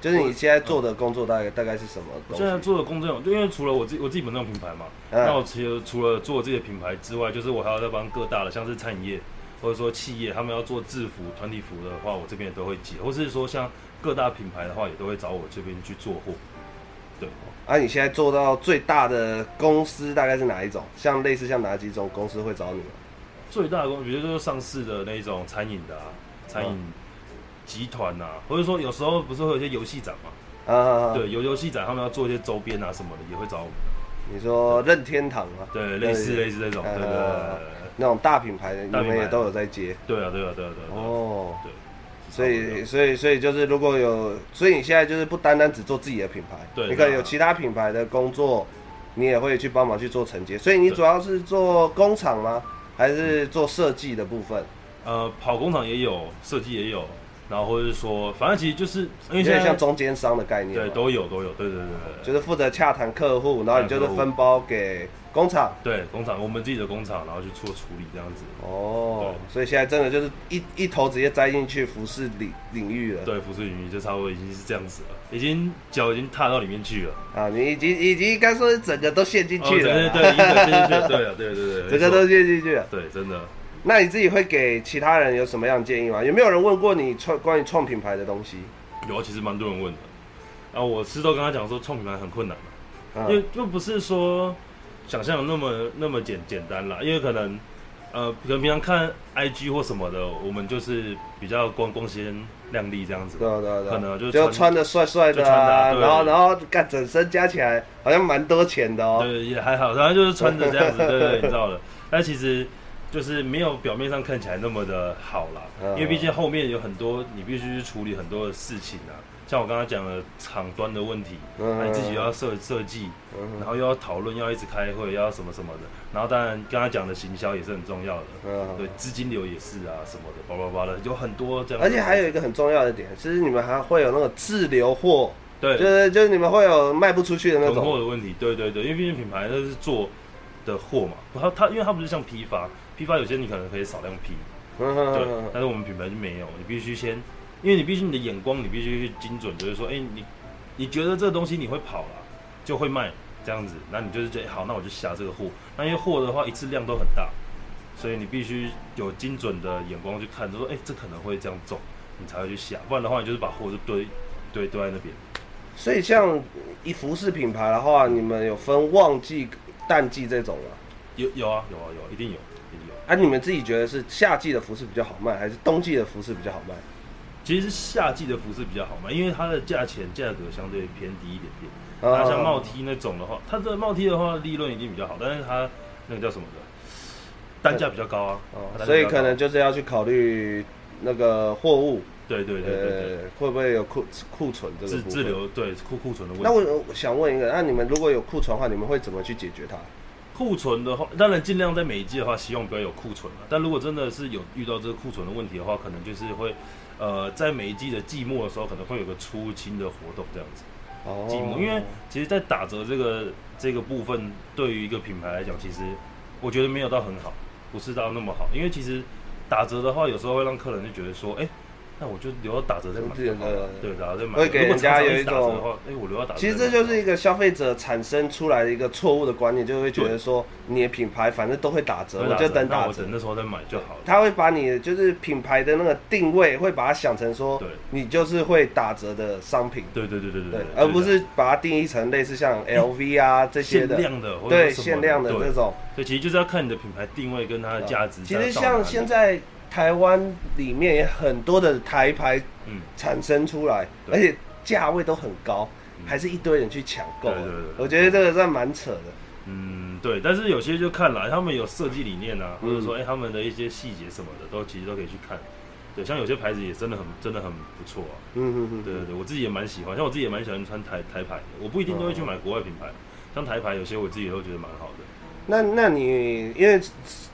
[SPEAKER 1] 就是你现在做的工作大概大概是什么
[SPEAKER 2] 我
[SPEAKER 1] 东西？
[SPEAKER 2] 现在做的工作内容，就因为除了我自己我自己本身有品牌嘛，
[SPEAKER 1] 嗯
[SPEAKER 2] 那我其实除了做自己的品牌之外，就是我还要在帮各大的，像是餐饮业或者说企业，他们要做制服、团体服的话，我这边也都会接，或是说像各大品牌的话，也都会找我这边去做货。对，
[SPEAKER 1] 啊，你现在做到最大的公司大概是哪一种？像类似像哪几种公司会找你？
[SPEAKER 2] 最大的公司，比如说上市的那一种餐饮的啊，餐饮集团呐、啊，或者说有时候不是会有一些游戏展嘛，
[SPEAKER 1] 啊啊，啊，
[SPEAKER 2] 对，有游戏展他们要做一些周边啊什么的，也会找我们。
[SPEAKER 1] 你说任天堂吗？
[SPEAKER 2] 对，类似类似这种，
[SPEAKER 1] 呃
[SPEAKER 2] 对对对
[SPEAKER 1] 那种大品牌的，你
[SPEAKER 2] 大品牌
[SPEAKER 1] 们也都有在接
[SPEAKER 2] 对对啊对啊对啊对啊。对啊
[SPEAKER 1] 哦。
[SPEAKER 2] 对，
[SPEAKER 1] 所以，所以，所以就是，如果有，所以你现在就是不单单只做自己的品牌，
[SPEAKER 2] 对啊
[SPEAKER 1] 你可能有
[SPEAKER 2] 那
[SPEAKER 1] 其他品牌的工作，你也会去帮忙去做承接。所以你主要是做工厂吗？还是做设计的部分？
[SPEAKER 2] 呃，跑工厂也有，设计也有，然后或者是说，反正其实就是因为
[SPEAKER 1] 有
[SPEAKER 2] 现
[SPEAKER 1] 点
[SPEAKER 2] 在
[SPEAKER 1] 像中间商的概念嘛，
[SPEAKER 2] 对都有都有，对对对对
[SPEAKER 1] 就
[SPEAKER 2] 对。
[SPEAKER 1] 是负责洽谈客户，然后你就是分包给工厂。
[SPEAKER 2] 对工厂，我们自己的工厂，然后去做处理这样子。
[SPEAKER 1] 哦，所以现在真的就是一一头直接栽进去服饰领领域了。
[SPEAKER 2] 对，服饰领域就差不多已经是这样子了，已经脚已经踏到里面去了。
[SPEAKER 1] 啊，你已经已经应该说是整个都陷进去了
[SPEAKER 2] 哦
[SPEAKER 1] 啦，
[SPEAKER 2] 对对对对对对对 对
[SPEAKER 1] 整
[SPEAKER 2] 对，
[SPEAKER 1] 个都陷进去了。
[SPEAKER 2] 对，真的。
[SPEAKER 1] 那你自己会给其他人有什么样的建议吗？有没有人问过你创关于创品牌的东西？
[SPEAKER 2] 有啊，其实蛮多人问的。然后我是都跟他讲说，创品牌很困难嘛，
[SPEAKER 1] 啊
[SPEAKER 2] 因为就不是说想象的那么那么简简单啦。因为可能呃，可能平常看 IG 或什么的，我们就是比较光光鲜亮丽这样子
[SPEAKER 1] 对。啊对啊对啊，
[SPEAKER 2] 可能就是
[SPEAKER 1] 就
[SPEAKER 2] 穿
[SPEAKER 1] 穿的帅帅的
[SPEAKER 2] 就穿的
[SPEAKER 1] 啊，
[SPEAKER 2] 啊对
[SPEAKER 1] 然后然后干整身加起来好像蛮多钱的哦。
[SPEAKER 2] 对，也还好，然后就是穿着 这样子，对对，你知道了。但其实就是没有表面上看起来那么的好啦，
[SPEAKER 1] 嗯
[SPEAKER 2] 因为毕竟后面有很多你必须去处理很多的事情啊，像我刚刚讲的厂端的问题，
[SPEAKER 1] 嗯
[SPEAKER 2] 那你自己又要设设计，
[SPEAKER 1] 嗯
[SPEAKER 2] 然后又要讨论，要一直开会，又要什么什么的。然后当然刚刚讲的行销也是很重要的，
[SPEAKER 1] 嗯
[SPEAKER 2] 对，资金流也是啊，什么的，叭叭叭的，有很多这样。
[SPEAKER 1] 而且还有一个很重要的点，就是你们还会有那个滞留货，
[SPEAKER 2] 对
[SPEAKER 1] 就是就是你们会有卖不出去的那
[SPEAKER 2] 囤
[SPEAKER 1] 种。
[SPEAKER 2] 货的问题，对对对，因为毕竟品牌它是做的货嘛，它它因为它不是像批发，批发有些你可能可以少量批，
[SPEAKER 1] 嗯
[SPEAKER 2] 对
[SPEAKER 1] 嗯，嗯
[SPEAKER 2] 但是我们品牌就没有，你必须先，因为你必须你的眼光你必须去精准，就是说，哎、你你觉得这个东西你会跑了，就会卖这样子，那你就是觉得、哎好，那我就下这个货，那因为货的话一次量都很大，所以你必须有精准的眼光去看，就说，哎、这可能会这样走，你才会去下，不然的话你就是把货就堆 堆堆在那边。
[SPEAKER 1] 所以像以服饰品牌的话，你们有分旺季、淡季这种吗？
[SPEAKER 2] 有有啊有啊有啊，一定有一定有。
[SPEAKER 1] 啊，你们自己觉得是夏季的服饰比较好卖，还是冬季的服饰比较好卖？
[SPEAKER 2] 其实是夏季的服饰比较好卖，因为它的价钱价格相对偏低一点点。
[SPEAKER 1] 啊
[SPEAKER 2] 那像帽 T 那种的话，它的帽 T 的话利润一定比较好，但是它那个叫什么的，单价比较高啊，它
[SPEAKER 1] 哦，
[SPEAKER 2] 单价
[SPEAKER 1] 所以
[SPEAKER 2] 比较
[SPEAKER 1] 可能
[SPEAKER 2] 高
[SPEAKER 1] 就是要去考虑那个货物，
[SPEAKER 2] 对对对对对，
[SPEAKER 1] 呃，会不会有库库存这个
[SPEAKER 2] 自
[SPEAKER 1] 部分
[SPEAKER 2] 自。留对库库存的
[SPEAKER 1] 那
[SPEAKER 2] 问题。
[SPEAKER 1] 我我想问一个，那你们如果有库存的话，你们会怎么去解决它？
[SPEAKER 2] 库存的话，当然尽量在每一季的话，希望不要有库存了。但如果真的是有遇到这个库存的问题的话，可能就是会，呃，在每一季的季末的时候，可能会有个出清的活动这样子。
[SPEAKER 1] 哦
[SPEAKER 2] 寂寞，因为其实，在打折这个这个部分，对于一个品牌来讲，其实我觉得没有到很好，不是到那么好。因为其实打折的话，有时候会让客人就觉得说，哎、那我就留到打折再买就好了，对，打折再买。
[SPEAKER 1] 会给人家有一种
[SPEAKER 2] 如果常常直打折的话，哎、我留到打折。
[SPEAKER 1] 其实这就是一个消费者产生出来的一个错误的观念，就会觉得说你的品牌反正都会打折，我就等
[SPEAKER 2] 那
[SPEAKER 1] 打
[SPEAKER 2] 我
[SPEAKER 1] 折
[SPEAKER 2] 等。那时候再买就好了。
[SPEAKER 1] 他会把你的就是品牌的那个定位，会把它想成说
[SPEAKER 2] 对，
[SPEAKER 1] 你就是会打折的商品，
[SPEAKER 2] 对对对对对
[SPEAKER 1] 对
[SPEAKER 2] 对，，
[SPEAKER 1] 而不是把它定义成类似像 LV 啊这些
[SPEAKER 2] 限
[SPEAKER 1] 的，
[SPEAKER 2] 量的，或者
[SPEAKER 1] 对
[SPEAKER 2] 什么
[SPEAKER 1] 限量的
[SPEAKER 2] 对
[SPEAKER 1] 这种。啊
[SPEAKER 2] 对，其实就是要看你的品牌定位跟它的价值。
[SPEAKER 1] 其实像现，在台湾里面也很多的台牌
[SPEAKER 2] 嗯，
[SPEAKER 1] 产生出来，
[SPEAKER 2] 对
[SPEAKER 1] 而且价位都很高，
[SPEAKER 2] 嗯
[SPEAKER 1] 还是一堆人去抢购啊
[SPEAKER 2] 对对对对。
[SPEAKER 1] 我觉得这个算蛮扯的。
[SPEAKER 2] 嗯，对，但是有些就看了，他们有设计理念啊，
[SPEAKER 1] 嗯
[SPEAKER 2] 或者说哎、他们的一些细节什么的，都其实都可以去看。对，像有些牌子也真的很真的很不错啊。
[SPEAKER 1] 嗯嗯
[SPEAKER 2] 对
[SPEAKER 1] 嗯。
[SPEAKER 2] 对对，我自己也蛮喜欢，像我自己也蛮喜欢穿台台牌的，我不一定都会去买国外品牌，像台牌有些我自己都觉得蛮好的。
[SPEAKER 1] 那那你因为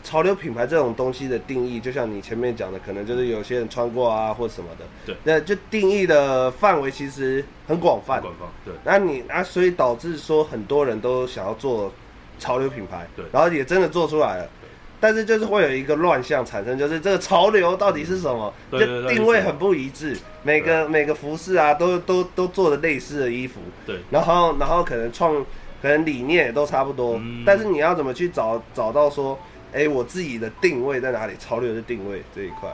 [SPEAKER 1] 潮流品牌这种东西的定义，就像你前面讲的，可能就是有些人穿过啊或什么的。
[SPEAKER 2] 对
[SPEAKER 1] 那就定义的范围其实很广泛。
[SPEAKER 2] 官方对
[SPEAKER 1] 那你啊，所以导致说很多人都想要做潮流品牌，
[SPEAKER 2] 对
[SPEAKER 1] 然后也真的做出来了
[SPEAKER 2] 对，
[SPEAKER 1] 但是就是会有一个乱象产生，就是这个潮流到底是什么，
[SPEAKER 2] 对对
[SPEAKER 1] 就
[SPEAKER 2] 对
[SPEAKER 1] 定位
[SPEAKER 2] 到底是什么
[SPEAKER 1] 很不一致，每个每个服饰啊，都都都做的类似的衣服，
[SPEAKER 2] 对，
[SPEAKER 1] 然后然后可能创，可能理念也都差不多，
[SPEAKER 2] 嗯
[SPEAKER 1] 但是你要怎么去找找到说，哎，我自己的定位在哪里，潮流的定位这一块，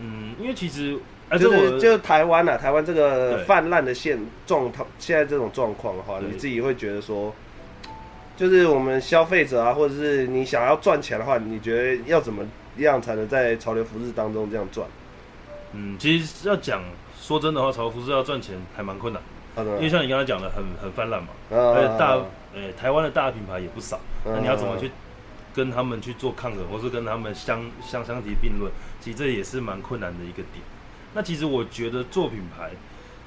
[SPEAKER 2] 嗯，因为其实啊，
[SPEAKER 1] 就
[SPEAKER 2] 这
[SPEAKER 1] 是
[SPEAKER 2] 我
[SPEAKER 1] 就是台湾啊，台湾这个
[SPEAKER 2] 对
[SPEAKER 1] 泛滥的现状，它现在这种状况的话，
[SPEAKER 2] 对
[SPEAKER 1] 你自己会觉得说，就是我们消费者啊，或者是你想要赚钱的话，你觉得要怎么样才能在潮流服饰当中这样赚？
[SPEAKER 2] 嗯，其实要讲说真的话，潮服是要赚钱还蛮困难，
[SPEAKER 1] 啊，
[SPEAKER 2] 因为像你刚才讲的很很泛滥嘛，而且
[SPEAKER 1] 呃
[SPEAKER 2] 大呃台湾的大品牌也不少，那你要怎么去
[SPEAKER 1] 嗯
[SPEAKER 2] 跟他们去做抗衡，或是跟他们相相相提并论？其实这也是蛮困难的一个点。那其实我觉得做品牌，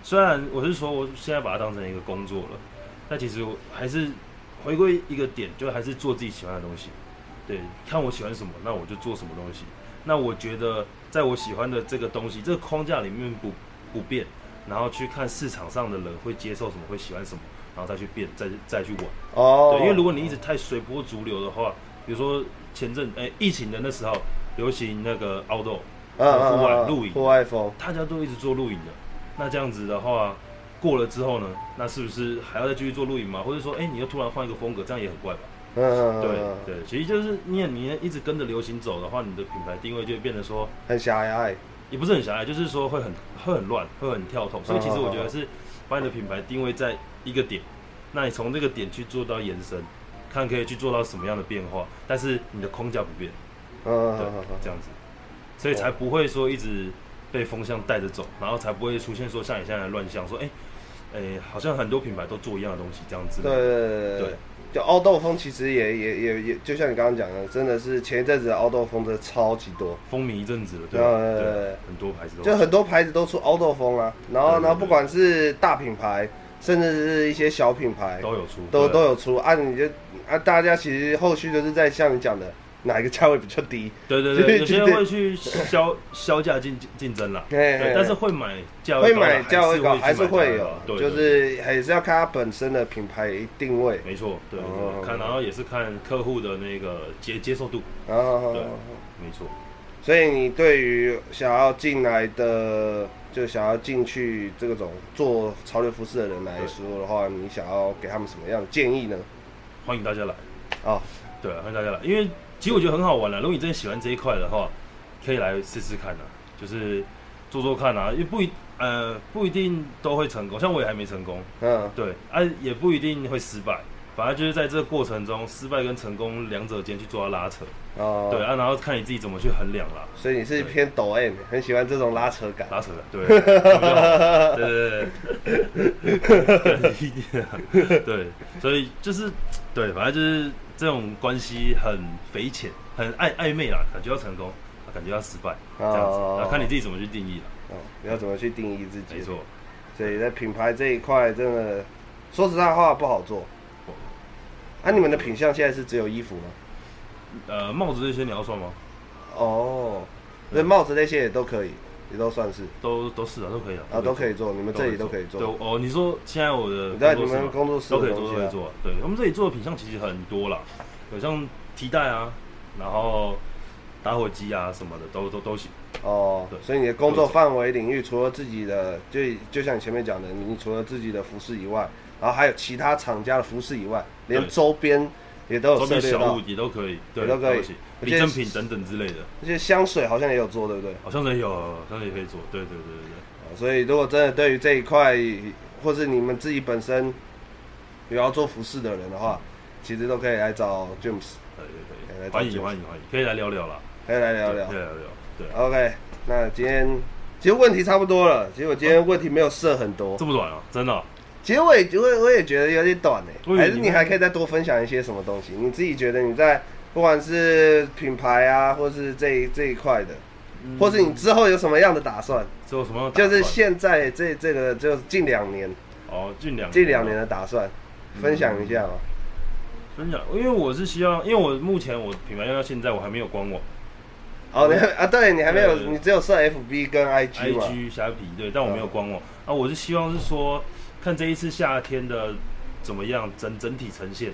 [SPEAKER 2] 虽然我是说我现在把它当成一个工作了，但其实我还是回归一个点，就还是做自己喜欢的东西。对，看我喜欢什么，那我就做什么东西。那我觉得在我喜欢的这个东西这个框架里面不不变，然后去看市场上的人会接受什么，会喜欢什么，然后再去变，再再去玩。
[SPEAKER 1] 哦，
[SPEAKER 2] 对，因为如果你一直太随波逐流的话，比如说前阵哎、疫情的那时候流行那个 outdoor，
[SPEAKER 1] 嗯
[SPEAKER 2] 户外
[SPEAKER 1] 嗯嗯
[SPEAKER 2] 露营
[SPEAKER 1] 户外风，
[SPEAKER 2] 大家都一直做露营的，那这样子的话，过了之后呢，那是不是还要再继续做露营吗？或者说，哎、你又突然换一个风格，这样也很怪吧？
[SPEAKER 1] 嗯嗯，嗯
[SPEAKER 2] 对
[SPEAKER 1] 嗯
[SPEAKER 2] 对，其实就是你你一直跟着流行走的话，你的品牌定位就会变得说
[SPEAKER 1] 很狭隘，
[SPEAKER 2] 也不是很狭隘，就是说会很会很乱，会很跳动。所以其实我觉得是把你的品牌定位在一个点，那你从这个点去做到延伸，看可以去做到什么样的变化，但是你的框架不变，
[SPEAKER 1] 嗯嗯
[SPEAKER 2] 对
[SPEAKER 1] 嗯嗯，嗯
[SPEAKER 2] 这样子，所以才不会说一直被风向带着走，然后才不会出现说像你现在的乱象，说哎哎、好像很多品牌都做一样的东西这样子。
[SPEAKER 1] 对对对对
[SPEAKER 2] 对。
[SPEAKER 1] 就凹豆风其实也也也也，就像你刚刚讲的，真的是前一阵子的凹豆风真的超级多，
[SPEAKER 2] 风靡一阵子了，对
[SPEAKER 1] 对对对对
[SPEAKER 2] 对，很多牌子都
[SPEAKER 1] 就很多牌子都出凹豆风啊，然后
[SPEAKER 2] 对对对
[SPEAKER 1] 然后不管是大品牌，甚至是一些小品牌，
[SPEAKER 2] 都有出，
[SPEAKER 1] 都
[SPEAKER 2] 对
[SPEAKER 1] 都有出啊，你就啊，大家其实后续就是在像你讲的，哪一个价位比较低，
[SPEAKER 2] 对对对，有些
[SPEAKER 1] 对
[SPEAKER 2] 人会去销销价竞竞争啦，
[SPEAKER 1] 嘿嘿
[SPEAKER 2] 对，但是会买价
[SPEAKER 1] 会
[SPEAKER 2] 位高的
[SPEAKER 1] 买价位高还
[SPEAKER 2] 还
[SPEAKER 1] 是会有，
[SPEAKER 2] 会去买价位高对，
[SPEAKER 1] 就
[SPEAKER 2] 对
[SPEAKER 1] 是还是要看它本身的品牌定位，
[SPEAKER 2] 没错，对，对
[SPEAKER 1] 哦
[SPEAKER 2] 对看然后也是看客户的那个接接受度，
[SPEAKER 1] 然后
[SPEAKER 2] 对没错，
[SPEAKER 1] 啊所以你对于想要进来的，就想要进去这种做潮流服饰的人来说的话，你想要给他们什么样的建议呢？
[SPEAKER 2] 欢迎大家来，
[SPEAKER 1] 哦，
[SPEAKER 2] 对，啊欢迎大家来，因为其实我觉得很好玩啦，啊如果你真的喜欢这一块的话，可以来试试看啊，就是做做看啊，也不一呃不一定都会成功，像我也还没成功，
[SPEAKER 1] 嗯，
[SPEAKER 2] 对啊，也不一定会失败，反而就是在这个过程中，失败跟成功两者间去做到拉扯，
[SPEAKER 1] 哦，
[SPEAKER 2] 对啊，然后看你自己怎么去衡量啦。
[SPEAKER 1] 所以你是偏抖 M，很喜欢这种拉扯感。
[SPEAKER 2] 拉扯的，对，对对对对，对，所以就是对，反正就是这种关系很匪浅，很暧暧昧啦，感觉要成功，感觉要失败，这样子，那看你自己怎么去定义了。
[SPEAKER 1] 哦，你要怎么去定义自己？
[SPEAKER 2] 没错，
[SPEAKER 1] 所以在品牌这一块，真的说实在话不好做。啊，你们的品相现在是只有衣服吗？
[SPEAKER 2] 呃，帽子这些你要算吗？
[SPEAKER 1] 哦，那帽子那些也都可以，也都算是
[SPEAKER 2] 都都是啊，都可以啊，
[SPEAKER 1] 啊，都可以做。你们这里都可以
[SPEAKER 2] 对
[SPEAKER 1] 做。
[SPEAKER 2] 哦，你说现在我的
[SPEAKER 1] 你在
[SPEAKER 2] 工
[SPEAKER 1] 你
[SPEAKER 2] 作室
[SPEAKER 1] 们
[SPEAKER 2] 吗
[SPEAKER 1] 工作室
[SPEAKER 2] 都可以
[SPEAKER 1] 的
[SPEAKER 2] 做，
[SPEAKER 1] 东
[SPEAKER 2] 都
[SPEAKER 1] 西
[SPEAKER 2] 可以
[SPEAKER 1] 啊，
[SPEAKER 2] 做。对我们这里做的品相其实很多啦，有像提带啊，然后打火机啊什么的，都都都行。
[SPEAKER 1] 哦
[SPEAKER 2] 对，
[SPEAKER 1] 所以你的工作范围领域，除了自己的，就就像你前面讲的，你除了自己的服饰以外，然后还有其他厂家的服饰以外，连
[SPEAKER 2] 对
[SPEAKER 1] 周边也都有
[SPEAKER 2] 周
[SPEAKER 1] 涉
[SPEAKER 2] 边
[SPEAKER 1] 猎
[SPEAKER 2] 小
[SPEAKER 1] 到
[SPEAKER 2] 物。也都可以，对，
[SPEAKER 1] 也都可以
[SPEAKER 2] 行
[SPEAKER 1] 我
[SPEAKER 2] 礼
[SPEAKER 1] 记得
[SPEAKER 2] 赠品等等之类的，
[SPEAKER 1] 而且香水好像也有做，对不对？
[SPEAKER 2] 好像也有，好像也可以做，对对对对对。
[SPEAKER 1] 哦所以如果真的对于这一块，或是你们自己本身有要做服饰的人的话，其实都可以来找 James，
[SPEAKER 2] 对对
[SPEAKER 1] 哎来
[SPEAKER 2] 对，
[SPEAKER 1] 找
[SPEAKER 2] 欢迎
[SPEAKER 1] James
[SPEAKER 2] 欢迎欢迎，可以来聊聊啦，
[SPEAKER 1] 可以来聊聊
[SPEAKER 2] 对可。以来聊聊，对，
[SPEAKER 1] OK，那今天其实问题差不多了，其实我今天问题没有设很多，
[SPEAKER 2] 这么短啊，真的啊，
[SPEAKER 1] 其实我也我也我也觉得有点短哎、
[SPEAKER 2] 我以为
[SPEAKER 1] 还是
[SPEAKER 2] 你
[SPEAKER 1] 你
[SPEAKER 2] 会
[SPEAKER 1] 还可以再多分享一些什么东西？你自己觉得你在不管是品牌啊，或是这一这一块的，或是你之后有什么样的打算？
[SPEAKER 2] 这有什么样的打
[SPEAKER 1] 就
[SPEAKER 2] 算？
[SPEAKER 1] 是现在这这个就是近两年
[SPEAKER 2] 哦，近两
[SPEAKER 1] 近两年的打算，分享一下哦嘛。
[SPEAKER 2] 嗯分享，因为我是希望，因为我目前我品牌要到现在我还没有官网
[SPEAKER 1] 哦，你还啊，对你还没有，
[SPEAKER 2] 对
[SPEAKER 1] 你只有设 FB 跟 IG 嘛？
[SPEAKER 2] ，IG 虾皮对，但我没
[SPEAKER 1] 嗯
[SPEAKER 2] 有官网啊，我是希望是说看这一次夏天的怎么样整整体呈现，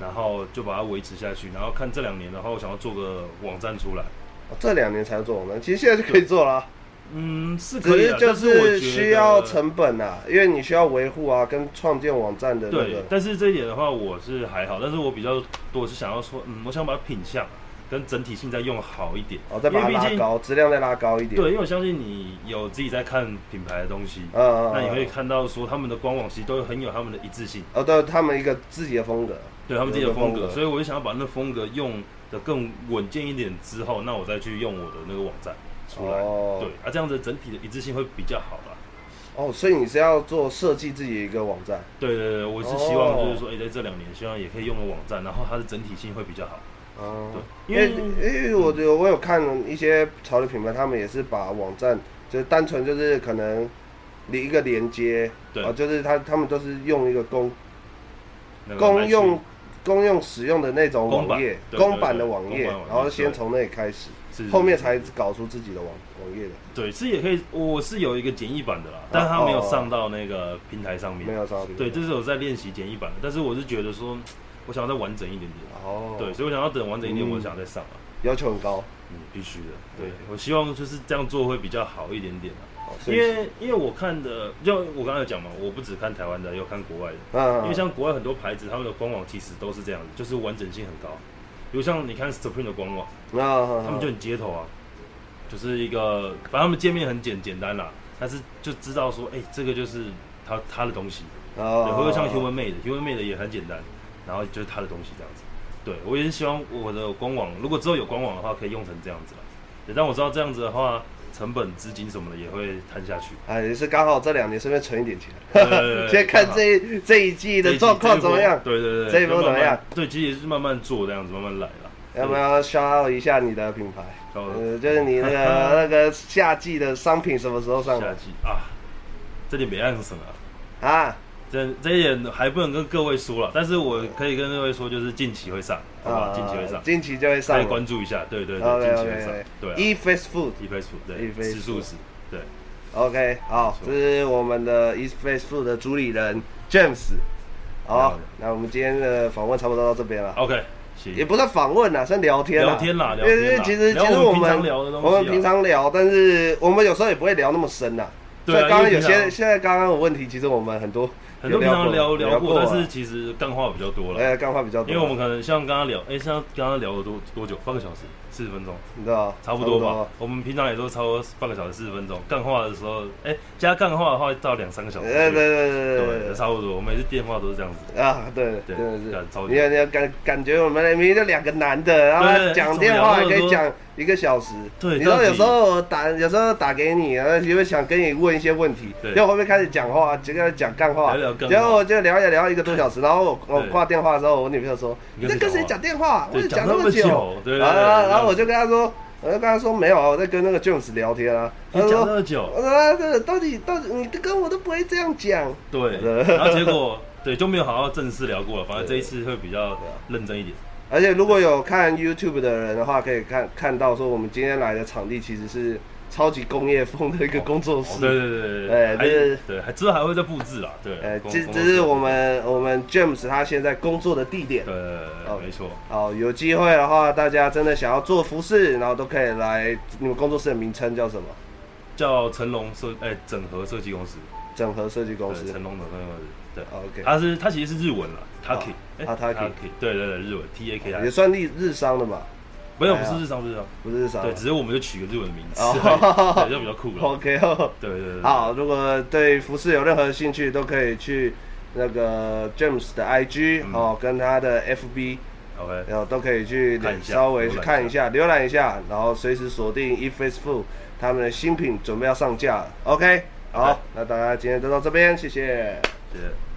[SPEAKER 2] 然后就把它维持下去，然后看这两年的话，我想要做个网站出来。
[SPEAKER 1] 哦这两年才做网站，其实现在就可以做了啊，
[SPEAKER 2] 嗯，是
[SPEAKER 1] 只
[SPEAKER 2] 可以
[SPEAKER 1] 是
[SPEAKER 2] 啊，
[SPEAKER 1] 就
[SPEAKER 2] 但是我觉得
[SPEAKER 1] 需要成本啊，因为你需要维护啊，跟创建网站的那
[SPEAKER 2] 对
[SPEAKER 1] 个，
[SPEAKER 2] 但是这一点的话，我是还好，但是我比较多是想要说，嗯，我想把品相跟整体性再用好一点。
[SPEAKER 1] 哦，再把它
[SPEAKER 2] 因为毕
[SPEAKER 1] 拉
[SPEAKER 2] 竟
[SPEAKER 1] 高，质量再拉高一点。
[SPEAKER 2] 对，因为我相信你有自己在看品牌的东西，
[SPEAKER 1] 嗯，嗯，
[SPEAKER 2] 那你会
[SPEAKER 1] 嗯
[SPEAKER 2] 看到说他们的官网其实都很有他们的一致性，
[SPEAKER 1] 哦，对他们一个自己的风格。
[SPEAKER 2] 对他们自己的
[SPEAKER 1] 有
[SPEAKER 2] 风
[SPEAKER 1] 一个
[SPEAKER 2] 格，
[SPEAKER 1] 风格
[SPEAKER 2] 所以我就想要把那风格用的更稳健一点之后，那我再去用我的那个网站出来，
[SPEAKER 1] 哦，
[SPEAKER 2] 对，啊，这样子整体的一致性会比较好啦。
[SPEAKER 1] 哦，所以你是要做设计自己的一个网站。
[SPEAKER 2] 对对对，我是希望
[SPEAKER 1] 哦
[SPEAKER 2] 就是说，哎、在这两年，希望也可以用个网站，然后它的整体性会比较好。
[SPEAKER 1] 哦
[SPEAKER 2] 对，，
[SPEAKER 1] 因
[SPEAKER 2] 因
[SPEAKER 1] 为
[SPEAKER 2] 为
[SPEAKER 1] 因为我有我有看一些潮流品牌，他们也是把网站就是单纯就是可能连一个连接，
[SPEAKER 2] 对
[SPEAKER 1] 哦，就是他他们都是用一个公
[SPEAKER 2] 那个
[SPEAKER 1] 公
[SPEAKER 2] 来去
[SPEAKER 1] 用公用使用的那种
[SPEAKER 2] 公版
[SPEAKER 1] 网页，
[SPEAKER 2] 对
[SPEAKER 1] 公
[SPEAKER 2] 对
[SPEAKER 1] 版
[SPEAKER 2] 对
[SPEAKER 1] 的网页
[SPEAKER 2] 公版网，页
[SPEAKER 1] 然后先
[SPEAKER 2] 对
[SPEAKER 1] 从那里开始，
[SPEAKER 2] 是
[SPEAKER 1] 后面才搞出自己的网网页的，
[SPEAKER 2] 对，是也可以，我是有一个简易版的啦，但是它没有上到那个平台上
[SPEAKER 1] 哦没
[SPEAKER 2] 面。
[SPEAKER 1] 有照片。
[SPEAKER 2] 对，就是有在练习简易版的，但是我是觉得说，嗯我想要再完整一点点。
[SPEAKER 1] 哦，
[SPEAKER 2] 对，，所以我想要等完整一点，
[SPEAKER 1] 嗯
[SPEAKER 2] 我想再上啊。
[SPEAKER 1] 要求很高，
[SPEAKER 2] 嗯，必须的。
[SPEAKER 1] 对
[SPEAKER 2] 对，我希望就是这样做会比较好一点点啊。
[SPEAKER 1] 哦所
[SPEAKER 2] 因
[SPEAKER 1] 以
[SPEAKER 2] 为因为我看的，就我刚才有讲嘛，我不只看台湾的，也有看国外的。
[SPEAKER 1] 嗯，
[SPEAKER 2] 因为像国外很多牌子，他们的官网其实都是这样子，就是完整性很高。比如像你看 Supreme 的官网，
[SPEAKER 1] 那
[SPEAKER 2] 他们就很街头啊，就是一个，反正他们界面很简简单啦，但是就知道说，哎、这个就是他他的东西。对，
[SPEAKER 1] 哦，
[SPEAKER 2] 会不会像 Human Made？Human Made 也很简单，然后就是他的东西这样子。对我也是希望我的官网，如果之后有官网的话，可以用成这样子啦。对，但我知道这样子的话，成本、资金什么的也会摊下去。
[SPEAKER 1] 啊，也是刚好这两年顺便存一点钱，
[SPEAKER 2] 对对对对
[SPEAKER 1] 先看这一这一季的状况怎么样。
[SPEAKER 2] 对对对，
[SPEAKER 1] 这一波
[SPEAKER 2] 就慢慢
[SPEAKER 1] 怎么样？
[SPEAKER 2] 对，其实也是慢慢做这样子，慢慢来啦。
[SPEAKER 1] 要不要 shout out 一下你的品牌？
[SPEAKER 2] 然后
[SPEAKER 1] 呃，就是你那个 那个夏季的商品什么时候上
[SPEAKER 2] 下
[SPEAKER 1] 的
[SPEAKER 2] 季啊，这点别暗什么啊，
[SPEAKER 1] 啊？
[SPEAKER 2] 这这一点还不能跟各位说了，但是我可以跟各位说，就是近期会上，好不好？
[SPEAKER 1] 啊，
[SPEAKER 2] 近期会上，
[SPEAKER 1] 近期就会
[SPEAKER 2] 可以
[SPEAKER 1] 上
[SPEAKER 2] 关注一下，对对对，
[SPEAKER 1] OK
[SPEAKER 2] 近期会上
[SPEAKER 1] OK，
[SPEAKER 2] 对啊。
[SPEAKER 1] E Face Food
[SPEAKER 2] 一杯素，对，
[SPEAKER 1] E-Facebook
[SPEAKER 2] 吃素食，对，
[SPEAKER 1] OK，好，
[SPEAKER 2] 没
[SPEAKER 1] 这
[SPEAKER 2] 错
[SPEAKER 1] 是我们的 E Face Food 的主理人 James。
[SPEAKER 2] 好
[SPEAKER 1] 好，那我们今天的访问差不多到这边了。
[SPEAKER 2] ，OK，
[SPEAKER 1] 也
[SPEAKER 2] 行，
[SPEAKER 1] 不是访问啦，算聊天啦。
[SPEAKER 2] 聊天啦
[SPEAKER 1] 因
[SPEAKER 2] 聊
[SPEAKER 1] 为因
[SPEAKER 2] 天啦
[SPEAKER 1] 为其实
[SPEAKER 2] 聊
[SPEAKER 1] 其实
[SPEAKER 2] 我们
[SPEAKER 1] 们
[SPEAKER 2] 平常聊的东西啊
[SPEAKER 1] 我们平常聊，但是我们有时候也不会聊那么深呐。
[SPEAKER 2] 对啊
[SPEAKER 1] 所以刚刚有
[SPEAKER 2] 因为平
[SPEAKER 1] 些
[SPEAKER 2] 常
[SPEAKER 1] 现在刚刚的问题，其实我们很多
[SPEAKER 2] 很多平常聊
[SPEAKER 1] 有
[SPEAKER 2] 聊
[SPEAKER 1] 过
[SPEAKER 2] 过，
[SPEAKER 1] 啊，
[SPEAKER 2] 但是其实干话比较多了，
[SPEAKER 1] 哎，干话比较多，
[SPEAKER 2] 因为我们可能像刚刚聊，哎，像刚刚聊了多多久？半个小时，四十分钟，
[SPEAKER 1] 你知道
[SPEAKER 2] 差不多
[SPEAKER 1] 啊
[SPEAKER 2] 吧？。我们平常也都超过半个小时，四十分钟。干话的时候，哎，加干话的话到两三个小时，
[SPEAKER 1] 呃，对对对
[SPEAKER 2] 对，
[SPEAKER 1] 对对
[SPEAKER 2] 差不多。我每次电话都是这样子，
[SPEAKER 1] 啊，对，
[SPEAKER 2] 对
[SPEAKER 1] 真的是
[SPEAKER 2] 干超，级
[SPEAKER 1] 你看你看感感觉我们那边就两个男的，然后
[SPEAKER 2] 对
[SPEAKER 1] 讲
[SPEAKER 2] 怎么
[SPEAKER 1] 电
[SPEAKER 2] 聊
[SPEAKER 1] 话
[SPEAKER 2] 那
[SPEAKER 1] 也
[SPEAKER 2] 么
[SPEAKER 1] 可以
[SPEAKER 2] 多
[SPEAKER 1] 讲一个小时。
[SPEAKER 2] 对
[SPEAKER 1] 你知道
[SPEAKER 2] 到底
[SPEAKER 1] 有时候我打有时候打给你，然后就会想跟你问一些问题，
[SPEAKER 2] 对
[SPEAKER 1] 结果后面开始讲话，结果讲干话，
[SPEAKER 2] 聊聊干话
[SPEAKER 1] 结果我就聊一聊一个多小时，然后我我
[SPEAKER 2] 对
[SPEAKER 1] 挂电话的时候，我女朋友说
[SPEAKER 2] 你
[SPEAKER 1] 在
[SPEAKER 2] 跟
[SPEAKER 1] 跟谁
[SPEAKER 2] 谁
[SPEAKER 1] 讲
[SPEAKER 2] 讲
[SPEAKER 1] 电话？我
[SPEAKER 2] 对
[SPEAKER 1] 就
[SPEAKER 2] 讲
[SPEAKER 1] 那
[SPEAKER 2] 那么
[SPEAKER 1] 久，啊
[SPEAKER 2] 久对对对
[SPEAKER 1] 然后然后
[SPEAKER 2] 对
[SPEAKER 1] 然后我就跟她说，我就跟她说没有啊，我在跟那个 James 聊天啊，她
[SPEAKER 2] 你讲那
[SPEAKER 1] 说。
[SPEAKER 2] 么久
[SPEAKER 1] 我，说啊这个到底到底，你跟我都不会这样讲，
[SPEAKER 2] 对，然后结果对就没有好好正式聊过了，反正这一次会比较
[SPEAKER 1] 啊
[SPEAKER 2] 认真一点。
[SPEAKER 1] 而且如果有看 YouTube 的人的话，可以看看到说我们今天来的场地其实是超级工业风的一个工作室。
[SPEAKER 2] 哦对对对
[SPEAKER 1] 哎
[SPEAKER 2] 对，
[SPEAKER 1] 这是
[SPEAKER 2] 还对，还之后还会再布置啦，对，
[SPEAKER 1] 呃，
[SPEAKER 2] 公
[SPEAKER 1] 这
[SPEAKER 2] 公
[SPEAKER 1] 这
[SPEAKER 2] 司
[SPEAKER 1] 是我们我们 James 他现在工作的地点。
[SPEAKER 2] 对对对
[SPEAKER 1] 哦
[SPEAKER 2] 对，没错，
[SPEAKER 1] 好，有机会的话，大家真的想要做服饰，然后都可以来。你们工作室的名称叫什么？
[SPEAKER 2] 叫成龙设哎整合设计公司，
[SPEAKER 1] 整合设计公司哦
[SPEAKER 2] 对，。成龙整合设计公司，对，
[SPEAKER 1] OK，
[SPEAKER 2] 它是它其实是日文啦，Taki，哎
[SPEAKER 1] 啊，Taki 哦
[SPEAKER 2] 对对对，日文 T A K
[SPEAKER 1] 也
[SPEAKER 2] I，
[SPEAKER 1] 算日日商的吧？
[SPEAKER 2] 没有
[SPEAKER 1] 哎
[SPEAKER 2] 不
[SPEAKER 1] 呀
[SPEAKER 2] 是日商不是日商，
[SPEAKER 1] 不是日商。
[SPEAKER 2] 对，只是我们就取个日文名字，
[SPEAKER 1] 哦
[SPEAKER 2] 对，就比较酷 了，
[SPEAKER 1] OK 哦。
[SPEAKER 2] 对对对对，
[SPEAKER 1] 好，如果对服饰有任何兴趣，都可以去那个 James 的 IG、
[SPEAKER 2] 嗯
[SPEAKER 1] 哦，跟他的 FB，
[SPEAKER 2] ，OK，
[SPEAKER 1] 然后都可以去
[SPEAKER 2] 看一下
[SPEAKER 1] 稍微
[SPEAKER 2] 浏
[SPEAKER 1] 去
[SPEAKER 2] 览一
[SPEAKER 1] 看一下、浏览一下，然后随时锁定 e f a c e f o o d 他们的新品准备要上架了。OK，好
[SPEAKER 2] OK
[SPEAKER 1] 那大家今天就到这边，谢谢。
[SPEAKER 2] 谢谢。